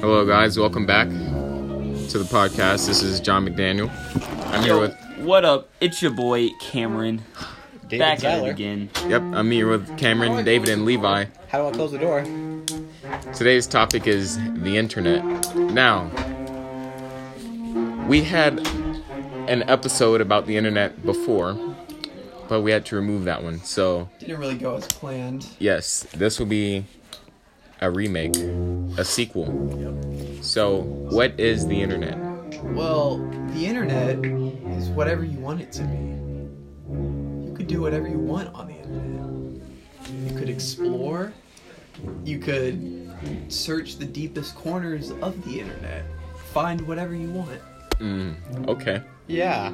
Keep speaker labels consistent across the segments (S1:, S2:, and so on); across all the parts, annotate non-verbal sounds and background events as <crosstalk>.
S1: Hello, guys. Welcome back to the podcast. This is John McDaniel. I'm here
S2: Yo,
S1: with
S2: what up? It's your boy Cameron.
S3: David
S2: Back at
S3: Tyler.
S2: it again.
S1: yep. I'm here with Cameron, David, and Levi.
S3: How do I close the door?
S1: Today's topic is the internet. Now, we had an episode about the internet before, but we had to remove that one. So
S4: Didn't really go as planned.
S1: yes, this will be a remake, a sequel. So, what is the internet?
S4: Well, the internet is whatever you want it to be. You could do whatever you want on the internet. You could explore. You could search the deepest corners of the internet. Find whatever you want.
S1: Mm, okay.
S3: Yeah.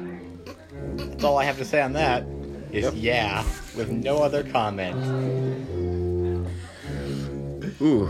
S3: That's all I have to say on that. Is yeah, with no other comment.
S1: Ooh.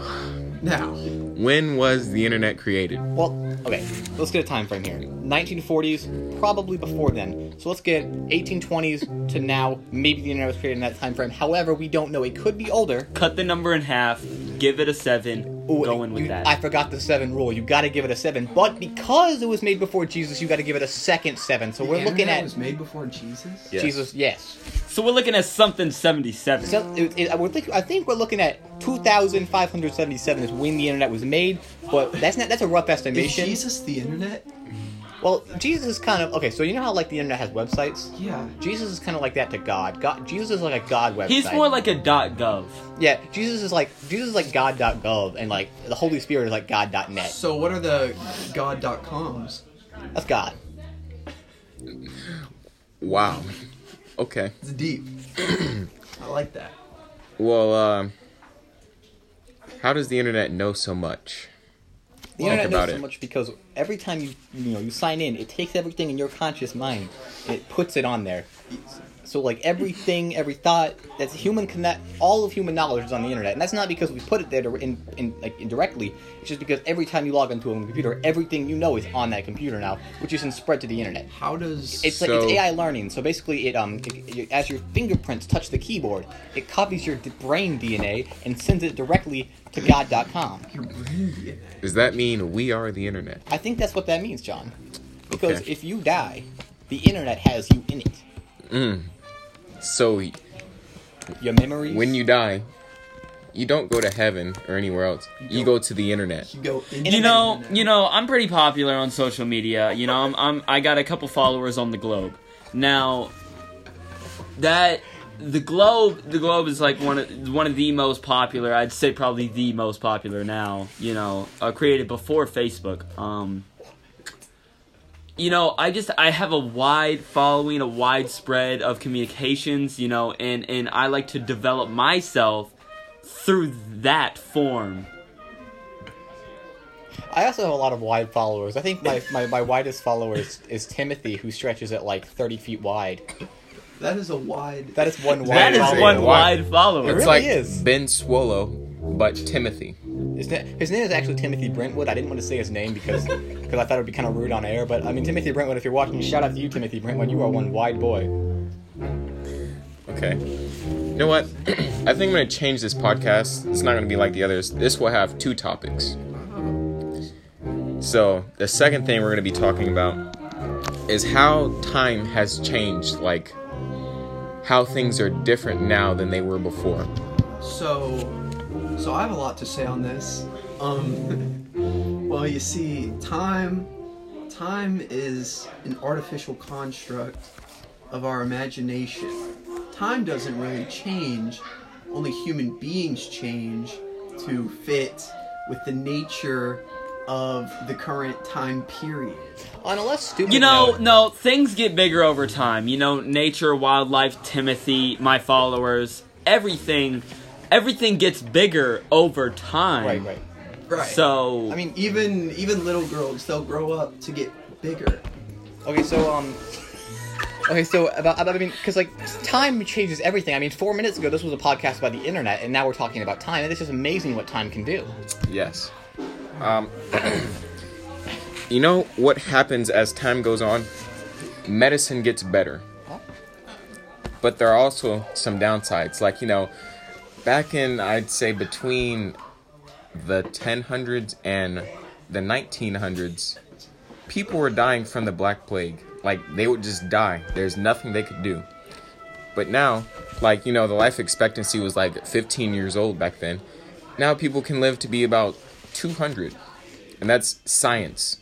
S4: Now,
S1: When was the internet created?
S3: Well, okay, let's get a time frame here. 1940s, probably before then. So let's get 1820s to now. Maybe the internet was created in that time frame. However, we don't know. It could be older.
S2: Cut the number in half. Give it a seven.
S3: Ooh,
S2: going with
S3: you-
S2: that.
S3: I forgot the seven rule. You got to give it a seven. But because it was made before Jesus, you got to give it a second seven. So
S4: the
S3: we're looking
S4: internet
S3: at
S4: was made before Jesus.
S1: Yeah.
S3: Jesus. Yes.
S2: so we're looking at something seventy-seven.
S3: So it, it, I, would think, I think we're looking at 2,577 is when the internet was made, but that's not that's a rough
S4: Is
S3: estimation.
S4: Jesus the internet?
S3: Well, Jesus is kind of okay. So you know how like the internet has websites.
S4: Yeah.
S3: Jesus is kind of like that to God. God Jesus is like a God website.
S2: He's more like a dot gov.
S3: yeah. Jesus is like Jesus is like God.gov, and like the Holy Spirit is like God.net.
S4: So what are the god.coms?
S3: That's God.
S1: Wow. Okay.
S4: It's
S3: <clears throat>
S4: deep. I like that.
S1: Well, um, how does the internet know so much?
S3: The
S1: Think
S3: internet
S1: about
S3: knows
S1: it.
S3: so much because every time you you know you sign in, it takes everything in your conscious mind and it puts it on there. So like everything, every thought that's human connect, all of human knowledge is on the internet, and that's not because we put it there to, in, in like indirectly. It's just because every time you log into a computer, everything you know is on that computer now, which is then spread to the internet.
S4: How does
S3: It's like it's
S1: So-
S3: AI learning. So basically, it um, it, it- as your fingerprints touch the keyboard, it copies your d- brain DNA and sends it directly to God.com.
S4: your brain DNA?
S1: Does that mean we are the internet?
S3: I think that's what that means, John. Because
S1: Okay.
S3: if you die, the internet has you in it.
S1: So
S3: Your memories.
S1: when you die, you don't go to heaven or anywhere else. You go to the internet.
S4: You go into
S2: You
S4: the
S2: know,
S4: internet.
S2: you know, I'm pretty popular on social media. You know, I'm, I'm I got a couple followers on the globe. Now, that the globe, the globe is like one of one of the most popular. I'd say probably the most popular now. You know, uh, created before Facebook. Um, you know, I just I have a wide following, a wide spread of communications. You know, and and I like to develop myself through that form.
S3: I also have a lot of wide followers. I
S1: <laughs>
S3: think my, my, my widest follower is, is Timothy, who stretches at like 30 feet wide.
S4: that is a wide.
S3: That is one
S1: That
S3: wide
S2: That is
S1: is a
S2: one
S3: follower.
S1: wide-
S2: wide follower.
S1: It's
S3: really
S1: like
S3: is.
S1: Ben Swallow, but Timothy.
S3: His, na- his name is actually Timothy Brentwood. I didn't want to say his name because because I thought it would be kind of rude on air. But I mean, Timothy Brentwood, if you're watching, shout out to you, Timothy Brentwood. You are one wide boy.
S1: Okay. You know what? <clears throat> I think I'm gonna change this podcast. It's not gonna be like the others. This will have two topics. So the second thing we're gonna be talking about is how time has changed, like how things are different now than they were before.
S4: So, so I have a lot to say on this. Um, <laughs> well, you see, time, time is an artificial construct of our imagination. Time doesn't really change. Only human beings change to fit with the nature of the current time period.
S3: On a less stupid
S2: You know,
S3: note-
S2: no, things get bigger over time. You know, nature, wildlife, Timothy, my followers, everything everything gets bigger over time.
S3: Right, right.
S4: Right.
S2: So
S3: I mean,
S4: even even little girls, they'll grow up to get bigger.
S3: Okay, so um. Okay, so about, about I mean, because like time changes everything. I mean, four minutes ago this was a podcast about the internet, and now we're talking about time, and it's just amazing what time can do.
S1: Yes. Um, <clears throat> you know what happens as time goes on? Medicine gets better. But there are also some downsides. Like, you know, back in, I'd say, between the 1000s and the 1900s, people were dying from the Black Plague. Like, they would just die. There's nothing they could do. But now, like, you know, the life expectancy was like 15 years old back then. Now people can live to be about 200. And that's science.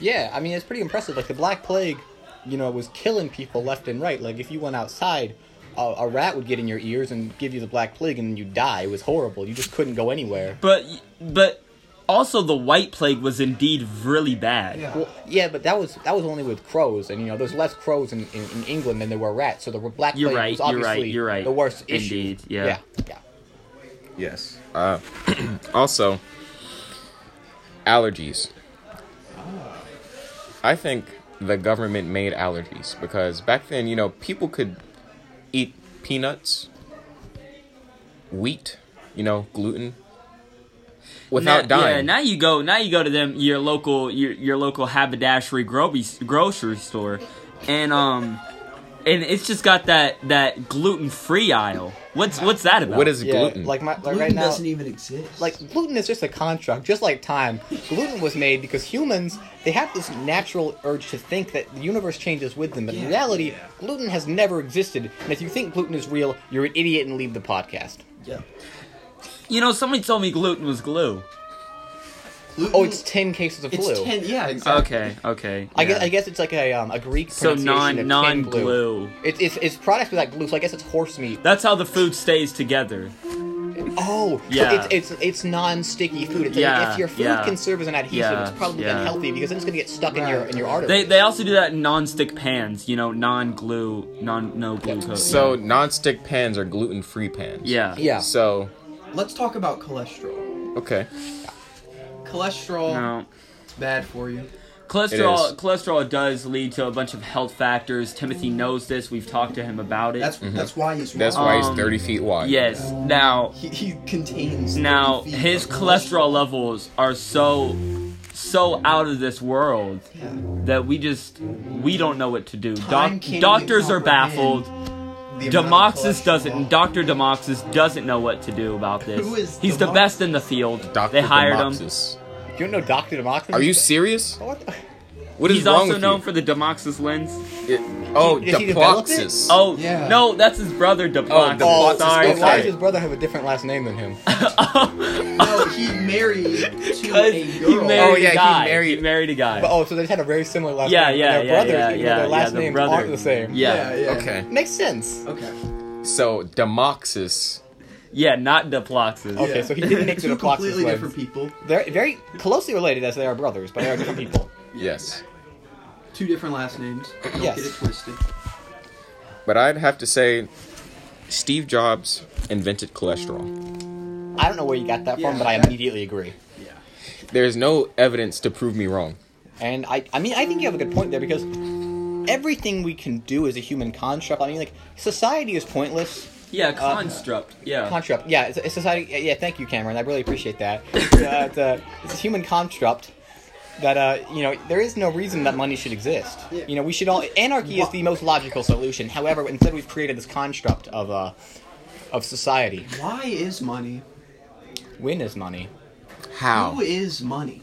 S3: Yeah, I mean it's pretty impressive. Like the Black Plague, you know, was killing people left and right. Like if you went outside, a, a rat would get in your ears and give you the Black Plague, and you die. It was horrible. You just couldn't go anywhere.
S2: But but also the white plague was indeed really bad.
S4: Yeah.
S3: Well, yeah, but that was that was only with crows, and you know, there's less crows in, in, in England than there were rats. So the Black
S2: You're
S3: Plague
S2: right,
S3: was
S2: you're right,
S3: obviously
S2: you're right.
S3: the worst issue.
S2: Indeed, yeah.
S3: yeah, yeah.
S1: Yes. Uh, also, allergies. I think the government made allergies because back then, you know, people could eat peanuts, wheat, you know, gluten, without
S2: now,
S1: dying.
S2: Yeah, now you go. Now you go to them your local your your local haberdashery groby, grocery store, and um, and it's just got that that gluten free aisle. What's what's that about?
S1: what is
S3: Yeah,
S1: gluten?
S3: Like my like
S4: Gluten
S3: right now,
S4: doesn't even exist.
S3: like gluten is just a construct, just like time. gluten was made because humans they have this natural urge to think that the universe changes with them, but in
S4: Yeah,
S3: reality,
S4: yeah.
S3: gluten has never existed. And if you think gluten is real, you're an idiot and leave the podcast.
S4: yeah.
S2: you know? Somebody told me gluten was glue.
S4: Gluten,
S3: Oh, it's ten cases of
S4: it's
S3: glue.
S4: ten. Yeah, exactly.
S2: Okay, okay.
S3: I guess,
S2: yeah.
S3: I guess it's like a, um, a Greek
S2: so
S3: pronunciation
S2: non
S3: of
S2: non
S3: tin glue.
S2: glue.
S3: It, it's it's products without glue, so I guess it's horse meat.
S2: That's how the food stays together.
S3: Oh,
S2: Yeah.
S3: so it's it's it's non-sticky food. It's
S2: Yeah,
S3: like if your food
S2: yeah.
S3: can serve as an adhesive,
S2: Yeah,
S3: it's probably
S2: yeah.
S3: unhealthy because then it's gonna get stuck in your in your artery.
S2: They they also do that in non-stick pans. You know, non glue, non no glue coating.
S1: so, non-stick pans are gluten-free pans.
S2: yeah,
S3: yeah.
S1: So,
S4: Let's talk about cholesterol.
S1: okay.
S4: Cholesterol,
S2: No.
S4: it's bad for you.
S1: It is.
S2: Cholesterol cholesterol does lead to a bunch of health factors. Timothy knows this. We've talked to him about it.
S4: That's that's why he's.
S1: That's
S4: wrong.
S1: why he's
S2: Um,
S1: 30 feet wide.
S2: yes. Now
S4: he, he contains.
S2: now
S4: 30 feet
S2: his
S4: of
S2: cholesterol levels are so so out of this world
S4: Yeah.
S2: that we just we don't know what to do.
S4: Time
S2: Doc-
S4: can't even
S2: doctors are
S4: comprehend
S2: baffled.
S4: the amount of
S2: Demoxis
S4: cholesterol.
S2: doesn't. Doctor Demoxis doesn't know what to do about this.
S4: Who is
S2: He's the
S4: Demoxis?
S2: best in the field.
S1: Dr.
S2: They hired him.
S1: Demoxis.
S3: you don't know Doctor Democracy?
S1: Are you serious?
S3: What the-
S1: What is
S2: He's
S1: wrong
S2: also
S1: with
S2: known
S1: you?
S2: for the Demoxis lens.
S1: It- oh,
S3: Did he develop it?
S1: Deploxis.
S2: Oh
S4: Yeah.
S2: no, that's his brother Demoxis.
S1: Oh, Demoxis,
S2: sorry,
S1: okay.
S3: why
S2: sorry.
S3: does Oh, his brother have a different last name than him?
S4: No, he
S2: <laughs>
S4: married to
S2: Because
S4: a
S2: he
S4: girl.
S2: married
S1: Oh, yeah,
S2: a
S1: he
S2: guy.
S1: married-
S2: a guy.
S3: But, oh, so they just had a very similar last
S2: yeah,
S3: name.
S2: yeah,
S3: and
S2: yeah,
S3: Their brothers,
S2: yeah,
S3: even though
S2: yeah,
S3: their
S2: yeah,
S3: last
S2: the
S3: names
S2: brother.
S3: aren't the
S4: Oh,
S3: same.
S2: Yeah, yeah,
S1: Okay.
S3: Makes sense.
S4: Okay.
S1: So Demoxis.
S2: not Diploxis.
S4: Oh.
S3: Okay, so he didn't make the
S4: <laughs> Two
S3: Demoxis
S4: completely
S3: lens.
S4: different people.
S3: They're very closely related as they are brothers, but they are different people.
S1: Yes.
S4: Two different last names. Don't
S3: Yes.
S4: get it twisted.
S1: But I'd have to say Steve Jobs invented cholesterol.
S3: I don't know where you got that
S4: Yeah,
S3: from, but I
S4: that-
S3: immediately agree.
S4: Yeah.
S1: There's no evidence to prove me wrong.
S3: And I, I mean, I think you have a good point there because everything we can do is a human construct. I mean, like society is pointless.
S2: Yeah, construct. yeah.
S3: Construct, yeah, it's, it's society. yeah, Yeah, thank you, Cameron. I really appreciate
S4: <laughs>
S3: that. uh, it's, a, it's a human construct that uh, you know there is no reason that money should exist.
S4: Yeah.
S3: You know, we should all anarchy is the most logical solution. However, instead we've created this construct of uh, of society.
S4: Why is money?
S3: When is money?
S1: How?
S4: Who is money?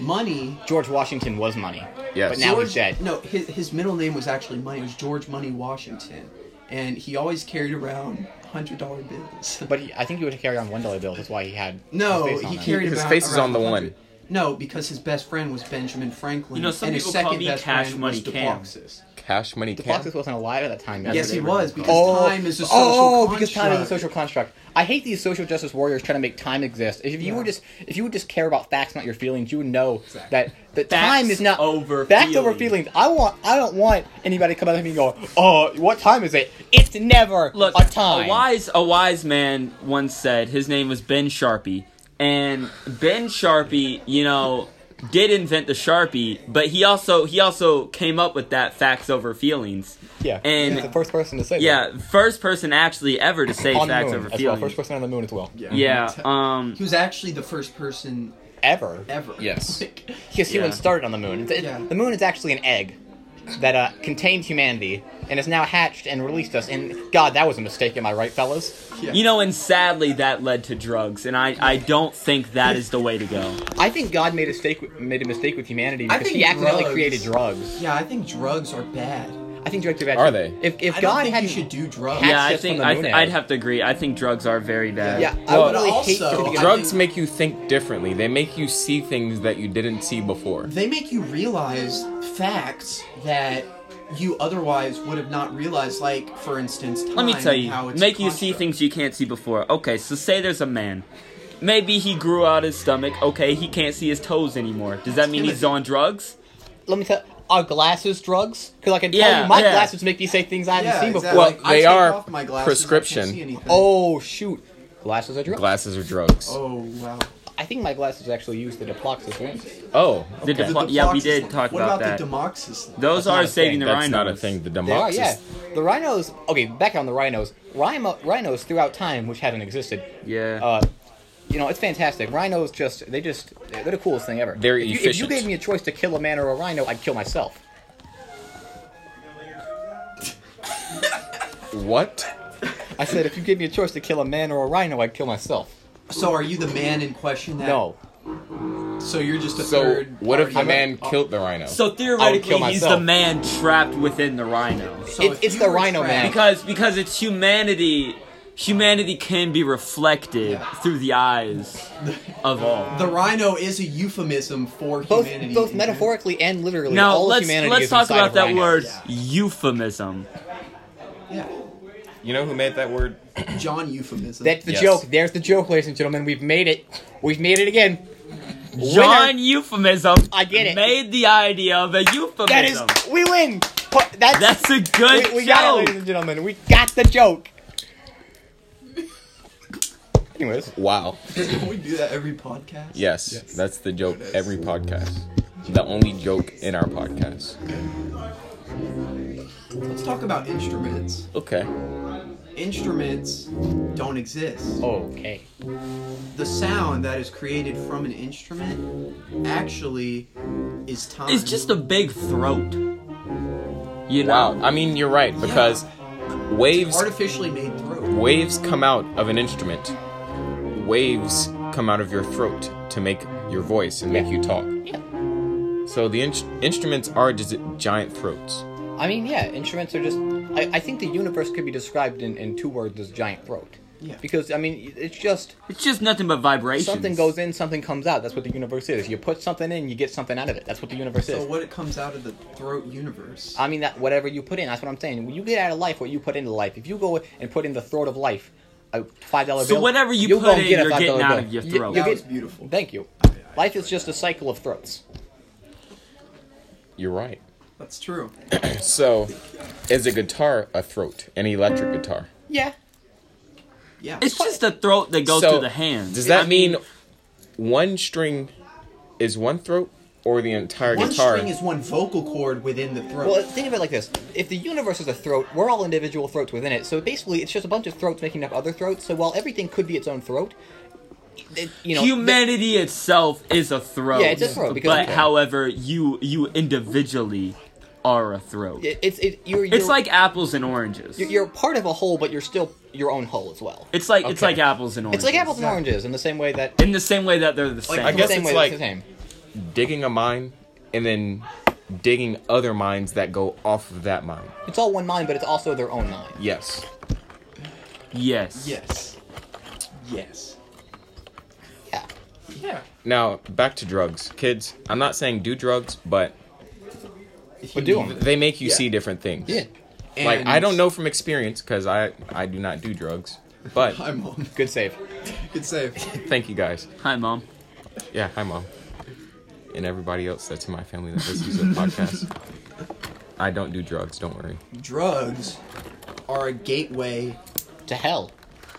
S4: Money.
S3: George Washington was money,
S1: Yes.
S3: but now
S4: George,
S3: he's dead.
S4: No, his, his middle name was actually Money. It was George Money Washington, and he always carried around hundred dollar bills.
S3: But he, I think he would carry on one dollar bills. That's why he had
S4: <laughs> no,
S3: his face on
S4: he
S3: it.
S4: carried
S1: His
S4: about
S1: face is
S4: around
S1: on the
S4: 100.
S1: one.
S4: No, because his best friend was Benjamin Franklin.
S2: You know, some
S4: and his
S2: people call
S4: second
S2: me
S4: best
S2: Cash
S4: friend
S2: Money
S4: was
S2: Cam.
S4: DePauxis.
S1: Cash money can.
S3: Democritus wasn't alive at that time.
S4: Yes, he
S3: That's-
S4: was because time is a social
S3: oh,
S4: construct.
S3: because time is a social construct. I hate these social justice warriors trying to make time exist. If you
S4: Yeah.
S3: were just, if you would just care about facts, not your feelings, you would know
S4: Exactly.
S3: that that
S2: Facts
S3: time is not
S2: over
S3: facts over
S2: feelings.
S3: feelings. I want, I don't want anybody to come up to me and go, "Oh, what time is it? It's never
S2: Look,
S3: a time."
S2: wise a wise man once said his name was Ben Sharpie, and Ben Sharpie, you know, did invent the Sharpie, but he also he also came up with that facts over feelings.
S3: Yeah,
S2: and-
S3: he's the first person to say
S2: Yeah, first person actually ever to say
S3: that. on the
S2: facts
S3: moon
S2: over
S3: as well.
S2: feelings.
S3: First person on the moon as well.
S2: yeah, um,
S4: He was actually the first person
S3: Ever.
S4: ever.
S1: Yes.
S4: Like,
S3: Because humans
S2: Yeah.
S3: started on the moon. It's- it-
S4: Yeah.
S3: The moon is actually an egg that uh, contains humanity, and and has now hatched and released us. And God, that was a mistake, am I right, fellas?
S4: <laughs> Yeah.
S2: You know, and sadly, that led to drugs, and I, I don't think that is the way to go.
S3: I think God made a mistake made a mistake with humanity
S4: I
S3: because
S4: think
S3: he accidentally
S4: drugs-
S3: created drugs.
S4: Yeah, I think drugs are bad.
S3: I think drugs are bad.
S1: Are
S3: too.
S1: they?
S3: If if
S4: I don't
S3: God
S4: think
S3: had
S4: you should do drugs.
S2: Yeah, I
S3: Access
S2: think
S3: from the
S2: I
S3: moon
S2: th-
S3: out.
S2: I'd have to agree. I think drugs are very bad.
S3: yeah, I
S1: Well,
S3: would really hate to
S4: also,
S3: be
S4: I
S1: Drugs
S4: think-
S1: make you think differently. They make you see things that you didn't see before.
S4: They make you realize facts that you otherwise would have not realized. Like, for instance, time,
S2: Let me tell you,
S4: how it's
S2: make
S4: a
S2: you see
S4: construct.
S2: things you can't see before. Okay, so say there's a man. Maybe he grew out his stomach. Okay, he can't see his toes anymore. Does that mean he's
S4: Timothy.
S2: on drugs?
S3: let me tell are glasses drugs? Because I can tell
S2: Yeah,
S3: you, my
S2: yeah.
S3: glasses make me say things I haven't
S4: Yeah,
S3: seen
S4: exactly.
S3: before.
S1: Well,
S4: I
S1: they
S4: take
S1: are
S4: off my glasses,
S1: prescription.
S4: I can't see anything.
S3: Oh shoot, glasses are drugs.
S1: Glasses are drugs. Oh,
S4: Oh wow.
S3: I think my glasses actually used the Diploxis lens.
S2: The
S1: okay.
S2: Diplo- yeah, we
S4: Demoxys
S2: did
S4: line.
S2: talk
S4: what
S2: about, that.
S4: about the Demoxys? line?
S2: Those
S3: That's not
S2: are
S3: a
S2: saving
S3: thing.
S2: the
S1: that's
S2: rhinos.
S1: not a thing. The
S3: They are,
S1: demoxys.
S3: yeah. The rhinos. Okay, back on the rhinos. Rhino, rhinos throughout time, which haven't existed.
S2: Yeah.
S3: Uh, you know, it's fantastic. Rhinos just, they just, they're the coolest thing ever.
S1: They're
S3: if you, If you
S1: efficient.
S3: gave me a choice to kill a man or a rhino, I'd kill myself.
S1: What?
S3: I said, if you gave me a choice to kill a man or a rhino, I'd kill myself.
S4: So are you the man in question? That,
S3: No.
S4: So you're just a
S1: So
S4: third.
S1: what if the
S4: party?
S1: man
S4: Oh,
S1: killed the rhino?
S2: So theoretically, he's the
S3: myself.
S2: man trapped within the rhino.
S4: so
S3: It-
S4: if
S3: it's
S4: you
S3: the
S4: were
S3: Rhino Man.
S4: trapped-
S2: Because because it's humanity. Humanity can be reflected
S4: Yeah.
S2: through the eyes of all.
S4: The rhino is a euphemism for
S3: Both,
S4: humanity.
S3: both
S4: and-
S3: metaphorically and literally,
S2: Now
S3: all of
S2: let's
S3: humanity
S2: let's
S3: is
S2: talk
S3: inside
S2: about
S3: of
S2: that
S3: rhinos.
S2: word
S4: Yeah.
S2: euphemism.
S4: Yeah,
S1: you know who made that word?
S4: John euphemism. <laughs>
S3: That's the
S1: Yes.
S3: joke. There's the joke, ladies and gentlemen. We've made it. We've made it again.
S2: John
S3: Winner.
S2: euphemism.
S3: I get it.
S2: Made the idea of a euphemism.
S3: That is, we win. Pa- That's,
S2: That's a good
S3: we, we got it,
S2: joke.
S3: ladies and gentlemen. We got the joke. Anyways,
S1: Wow.
S4: we do that every podcast.
S1: Yes, that's the joke every podcast. The only joke in our podcast.
S4: Let's talk about instruments.
S1: Okay.
S4: Instruments don't exist.
S3: okay.
S4: The sound that is created from an instrument actually is time.
S2: It's just a big throat. You know.
S1: Wow. I mean, you're right because waves
S4: artificially made throat.
S1: waves come out of an instrument. Waves come out of your throat to make your voice and make you talk.
S3: Yeah.
S1: So the in- instruments are just giant throats.
S3: I mean, yeah, instruments are just. I, I think the universe could be described in, in two words as giant throat.
S4: Yeah.
S3: Because I mean, it's just
S2: It's just nothing but vibrations.
S3: something goes in, something comes out. That's what the universe is. You put something in, you get something out of it. That's what the universe
S4: So
S3: is.
S4: what it comes out of the throat universe.
S3: I mean, that whatever you put in, that's what I'm saying. When you get out of life, what you put into life. If you go and put in the throat of life, a five dollar
S2: So
S3: bill.
S2: whatever you
S3: you'll
S2: put
S3: go and
S2: in,
S3: get a
S2: you're
S3: $5
S2: getting out
S3: bill.
S2: of your
S3: You-
S2: throat.
S3: you
S4: that
S3: get-
S4: was beautiful.
S3: Thank you. Life is just a cycle of throats.
S1: You're right.
S4: That's true.
S1: So is a guitar a throat? An electric guitar?
S3: Yeah.
S4: Yeah.
S2: It's just a throat that goes
S1: So,
S2: Oh, through the hands.
S1: Does that
S2: I
S1: mean one string is one throat or the entire
S4: one
S1: guitar?
S4: string is one vocal cord within the throat.
S3: Well, think of it like this: if the universe is a throat, we're all individual throats within it. So basically, it's just a bunch of throats making up other throats. So while everything could be its own throat, it, you know,
S2: humanity itself is a throat?
S3: Yeah, it's a throat, because-
S2: But however, you you individually are a throat.
S3: the- it- it's it, you're, you're
S2: it's like apples and oranges.
S3: you're, you're part of a whole, but you're still your own whole as well.
S2: it's like it's
S1: Okay.
S2: like apples and oranges.
S3: It's like apples and oranges in the same way that
S2: In the same way that they're the same.
S3: in
S1: I
S3: the
S1: guess
S3: same
S1: it's
S3: way
S1: like-
S3: the same.
S1: digging a mine and then digging other mines that go off of that mine.
S3: It's all one mind, but it's also their own mind.
S1: Yes.
S2: yes.
S4: yes. Yes.
S3: Yeah.
S4: Yeah.
S1: Now, back to drugs. Kids, I'm not saying do drugs, but
S3: But do 'em.
S1: they make you
S4: Yeah.
S1: see different things.
S3: Yeah.
S1: Like
S4: And-
S1: I don't know from experience cuz I I do not do drugs,
S4: <laughs>
S1: but
S4: Hi, mom.
S3: Good save.
S4: Good save.
S1: thank you guys.
S2: Hi, mom.
S1: Yeah, hi mom. And everybody else that's in my family that listens to the podcast. I don't do drugs, don't worry.
S4: <laughs> Drugs are a gateway.
S3: To hell.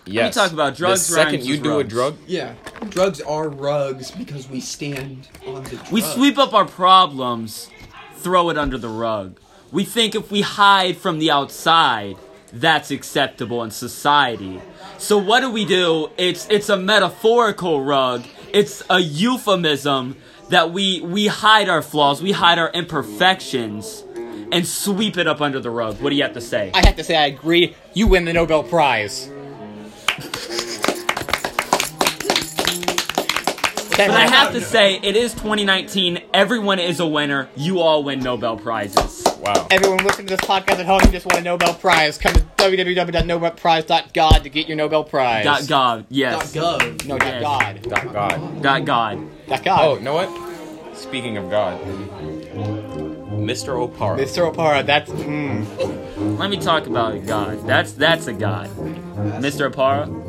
S1: Yes.
S2: talk about drugs,
S1: The second
S2: rhymes
S1: you
S2: with
S1: do a
S2: drugs.
S1: drug,
S4: Yeah. Drugs are rugs because we stand on the. Drugs.
S2: We sweep up our problems, throw it under the rug. We think if we hide from the outside, that's acceptable in society. So what do we do? It's it's a metaphorical rug. It's a euphemism that we we hide our flaws, we hide our imperfections and sweep it up under the rug. What do you have to say?
S3: I have to say, I agree. You win the Nobel Prize. That's
S2: But I have to say, it is 2019. Everyone is a winner. You all win Nobel prizes.
S1: Wow.
S3: Everyone listening to this podcast at home, you just won a Nobel Prize. Come to www.nobelprize.god to get your Nobel Prize.
S2: Dot God. Yes.
S4: gov.
S3: No,
S2: Yes.
S3: dot God.
S1: Thank God.
S2: Dot God.
S3: Dot God.
S1: Oh, you know what? Speaking of God, Mr. Opara.
S3: Mr. Opara, that's. Mm.
S2: Let me talk about a God. That's that's a God. Mr. Apara.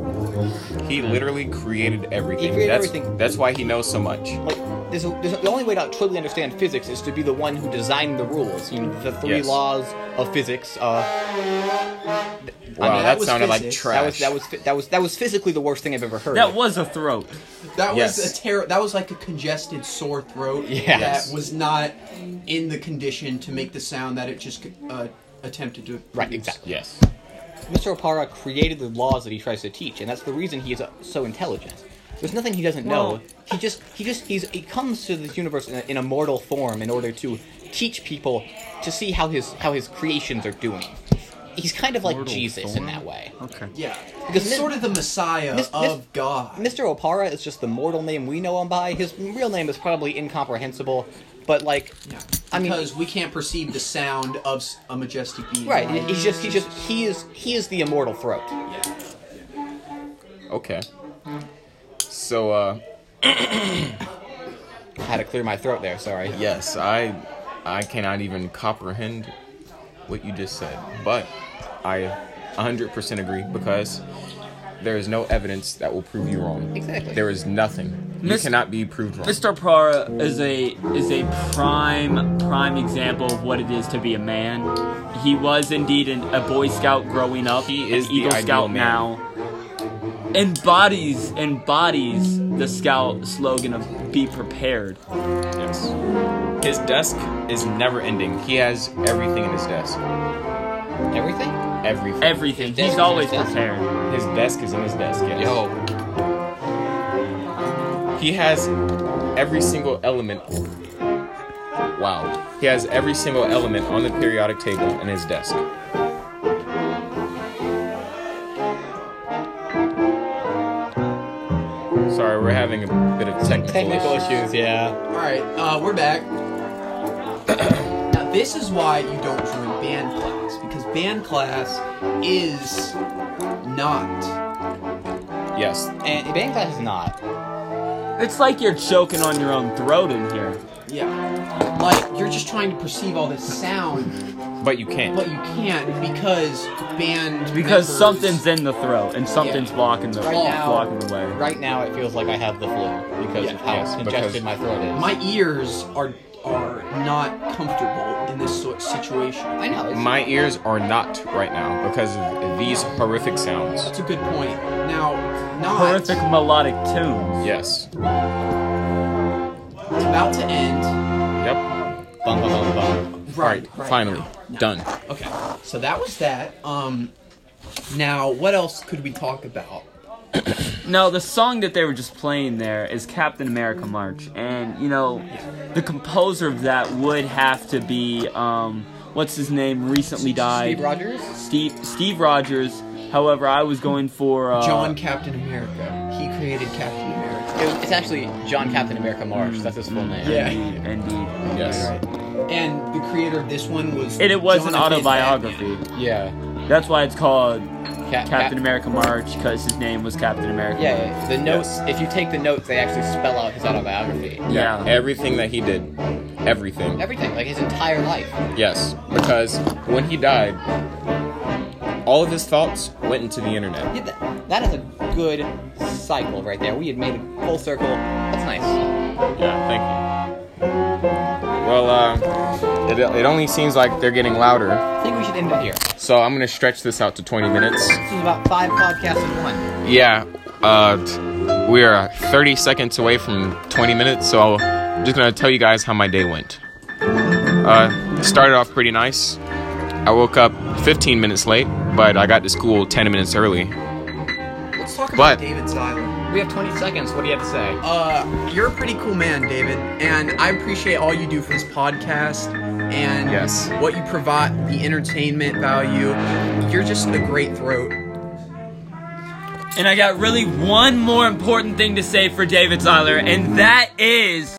S1: He literally created everything.
S3: created
S1: that's,
S3: everything.
S1: That's why he knows so much.
S3: Like, there's a, there's a- the only way to truly understand physics is to be the one who designed the rules. You know, the three
S1: Yes.
S3: laws of physics. Uh,
S1: Wow,
S4: that
S1: that,
S4: was
S1: sounded like
S4: physics.
S1: trash.
S3: that was that was fi- that was that was physically the worst thing I've ever heard.
S2: That was a throat.
S4: That was
S1: Yes.
S4: a terror. That was like a congested sore throat
S3: Yes.
S4: that was not in the condition to make the sound that it just uh, attempted to.
S3: Right,
S4: produce.
S3: exactly.
S1: Yes.
S3: Mr. Opara created the laws that he tries to teach, and that's the reason he is uh, so intelligent. There's nothing he doesn't know.
S2: Well-
S3: He just he just he's he comes to this universe in a, in a mortal form in order to teach people to see how his how his creations are doing. He's kind of like
S2: Mortal
S3: Jesus in
S2: form?
S3: that way.
S2: Okay.
S4: Yeah,
S3: Because
S4: because
S3: Mis-
S4: sort of the Messiah
S3: Mis- Mis-
S4: of God.
S3: Mr. Opara is just the mortal name we know him by. His real name is probably incomprehensible, but like,
S4: yeah.
S3: I mean-
S4: because we can't perceive the sound of s- a majestic being.
S3: right? He's just he just he is he is the immortal throat.
S1: Okay. So, uh,
S3: I had to clear my throat there. Sorry.
S1: yes, I, I cannot even comprehend what you just said, but I 100% agree because there is no evidence that will prove you wrong.
S3: Exactly.
S1: There is nothing.
S2: Mis-
S1: you cannot be proved wrong.
S2: Mr. Prara is a is a prime prime example of what it is to be a man. He was indeed an, a Boy Scout growing up,
S1: He is
S2: an
S1: the
S2: Eagle
S1: ideal
S2: Scout
S1: man.
S2: now. Embodies embodies the Scout slogan of "Be prepared."
S1: Yes. His desk is never ending. He has everything in his desk.
S3: Everything.
S1: Everything.
S2: Everything.
S3: That's-
S2: He's always
S3: that's-
S2: prepared.
S1: His desk is in his desk. Yes.
S3: Yo.
S1: He has every single element. Wow. He has every single element on the periodic table in his desk. Sorry, we're having a bit of technical,
S3: Technical
S1: issues.
S3: issues. Yeah.
S4: All right, uh, we're back. now this is why you don't join band class because band class is not.
S1: Yes.
S3: And band class is not.
S2: It's like you're choking on your own throat in here.
S4: Yeah, like you're just trying to perceive all this sound,
S1: But you can't.
S4: but you can't because band.
S2: Because
S4: members-
S2: something's in the throat and something's
S4: Yeah.
S2: blocking the
S4: Right now-
S2: blocking the way.
S3: Right now, it feels like I have the flu because
S4: Yeah.
S3: of how
S1: Yes, because
S3: congested my throat is.
S4: My ears are are not comfortable in this sort of situation.
S3: I know. It's,
S1: My ears are not right now because of these horrific sounds.
S4: That's a good point. Now, not
S2: Horrific melodic tunes.
S1: Yes.
S4: it's about to end.
S1: Yep.
S3: bum, bum, bum, bum.
S1: Right. Finally. Done.
S4: Okay. So that was that. Um now what else could we talk about?
S2: No, the song that they were just playing there is Captain America March, and you know, the composer of that would have to be um, what's his name? Recently died.
S3: Steve Rogers.
S2: Steve Steve Rogers. However, I was going for uh,
S4: John Captain America. He created Captain America.
S3: It- it's actually John Captain America Marsh. That's his full name.
S4: Yeah.
S2: Indeed, indeed.
S1: Yes.
S4: Right. And the creator of this one was
S2: And it was an
S4: Jonathan
S2: autobiography.
S3: Yeah.
S2: That's why it's called
S3: Ca-
S2: Captain
S3: Cap-
S2: America March because his name was Captain America.
S3: Yeah, yeah. The notes. If you take the notes, they actually spell out his autobiography.
S1: Yeah.
S2: Yeah.
S1: Everything that he did. Everything.
S3: Everything, like his entire life.
S1: Yes, because when he died, all of his thoughts went into the internet.
S3: Yeah, that, that is a good cycle right there. We had made a full circle. That's nice.
S1: Yeah, thank you. Well, uh, it, it only seems like they're getting louder,
S3: I think we should end it here.
S1: so I'm gonna stretch this out to 20 minutes.
S3: This is about five podcasts in one.
S1: Yeah, uh, t- we are 30 seconds away from 20 minutes, so I'm just gonna tell you guys how my day went. Uh, started off pretty nice. I woke up 15 minutes late, but I got to school 10 minutes early.
S4: Let's talk about
S1: But-
S4: David's Island.
S5: We have 20 seconds. What do you have to say?
S4: Uh, you're a pretty cool man, David, and I appreciate all you do for this podcast and
S1: Yes.
S4: what you provide, the entertainment value. You're just a great throat.
S2: And I got really one more important thing to say for David Tyler, and that is.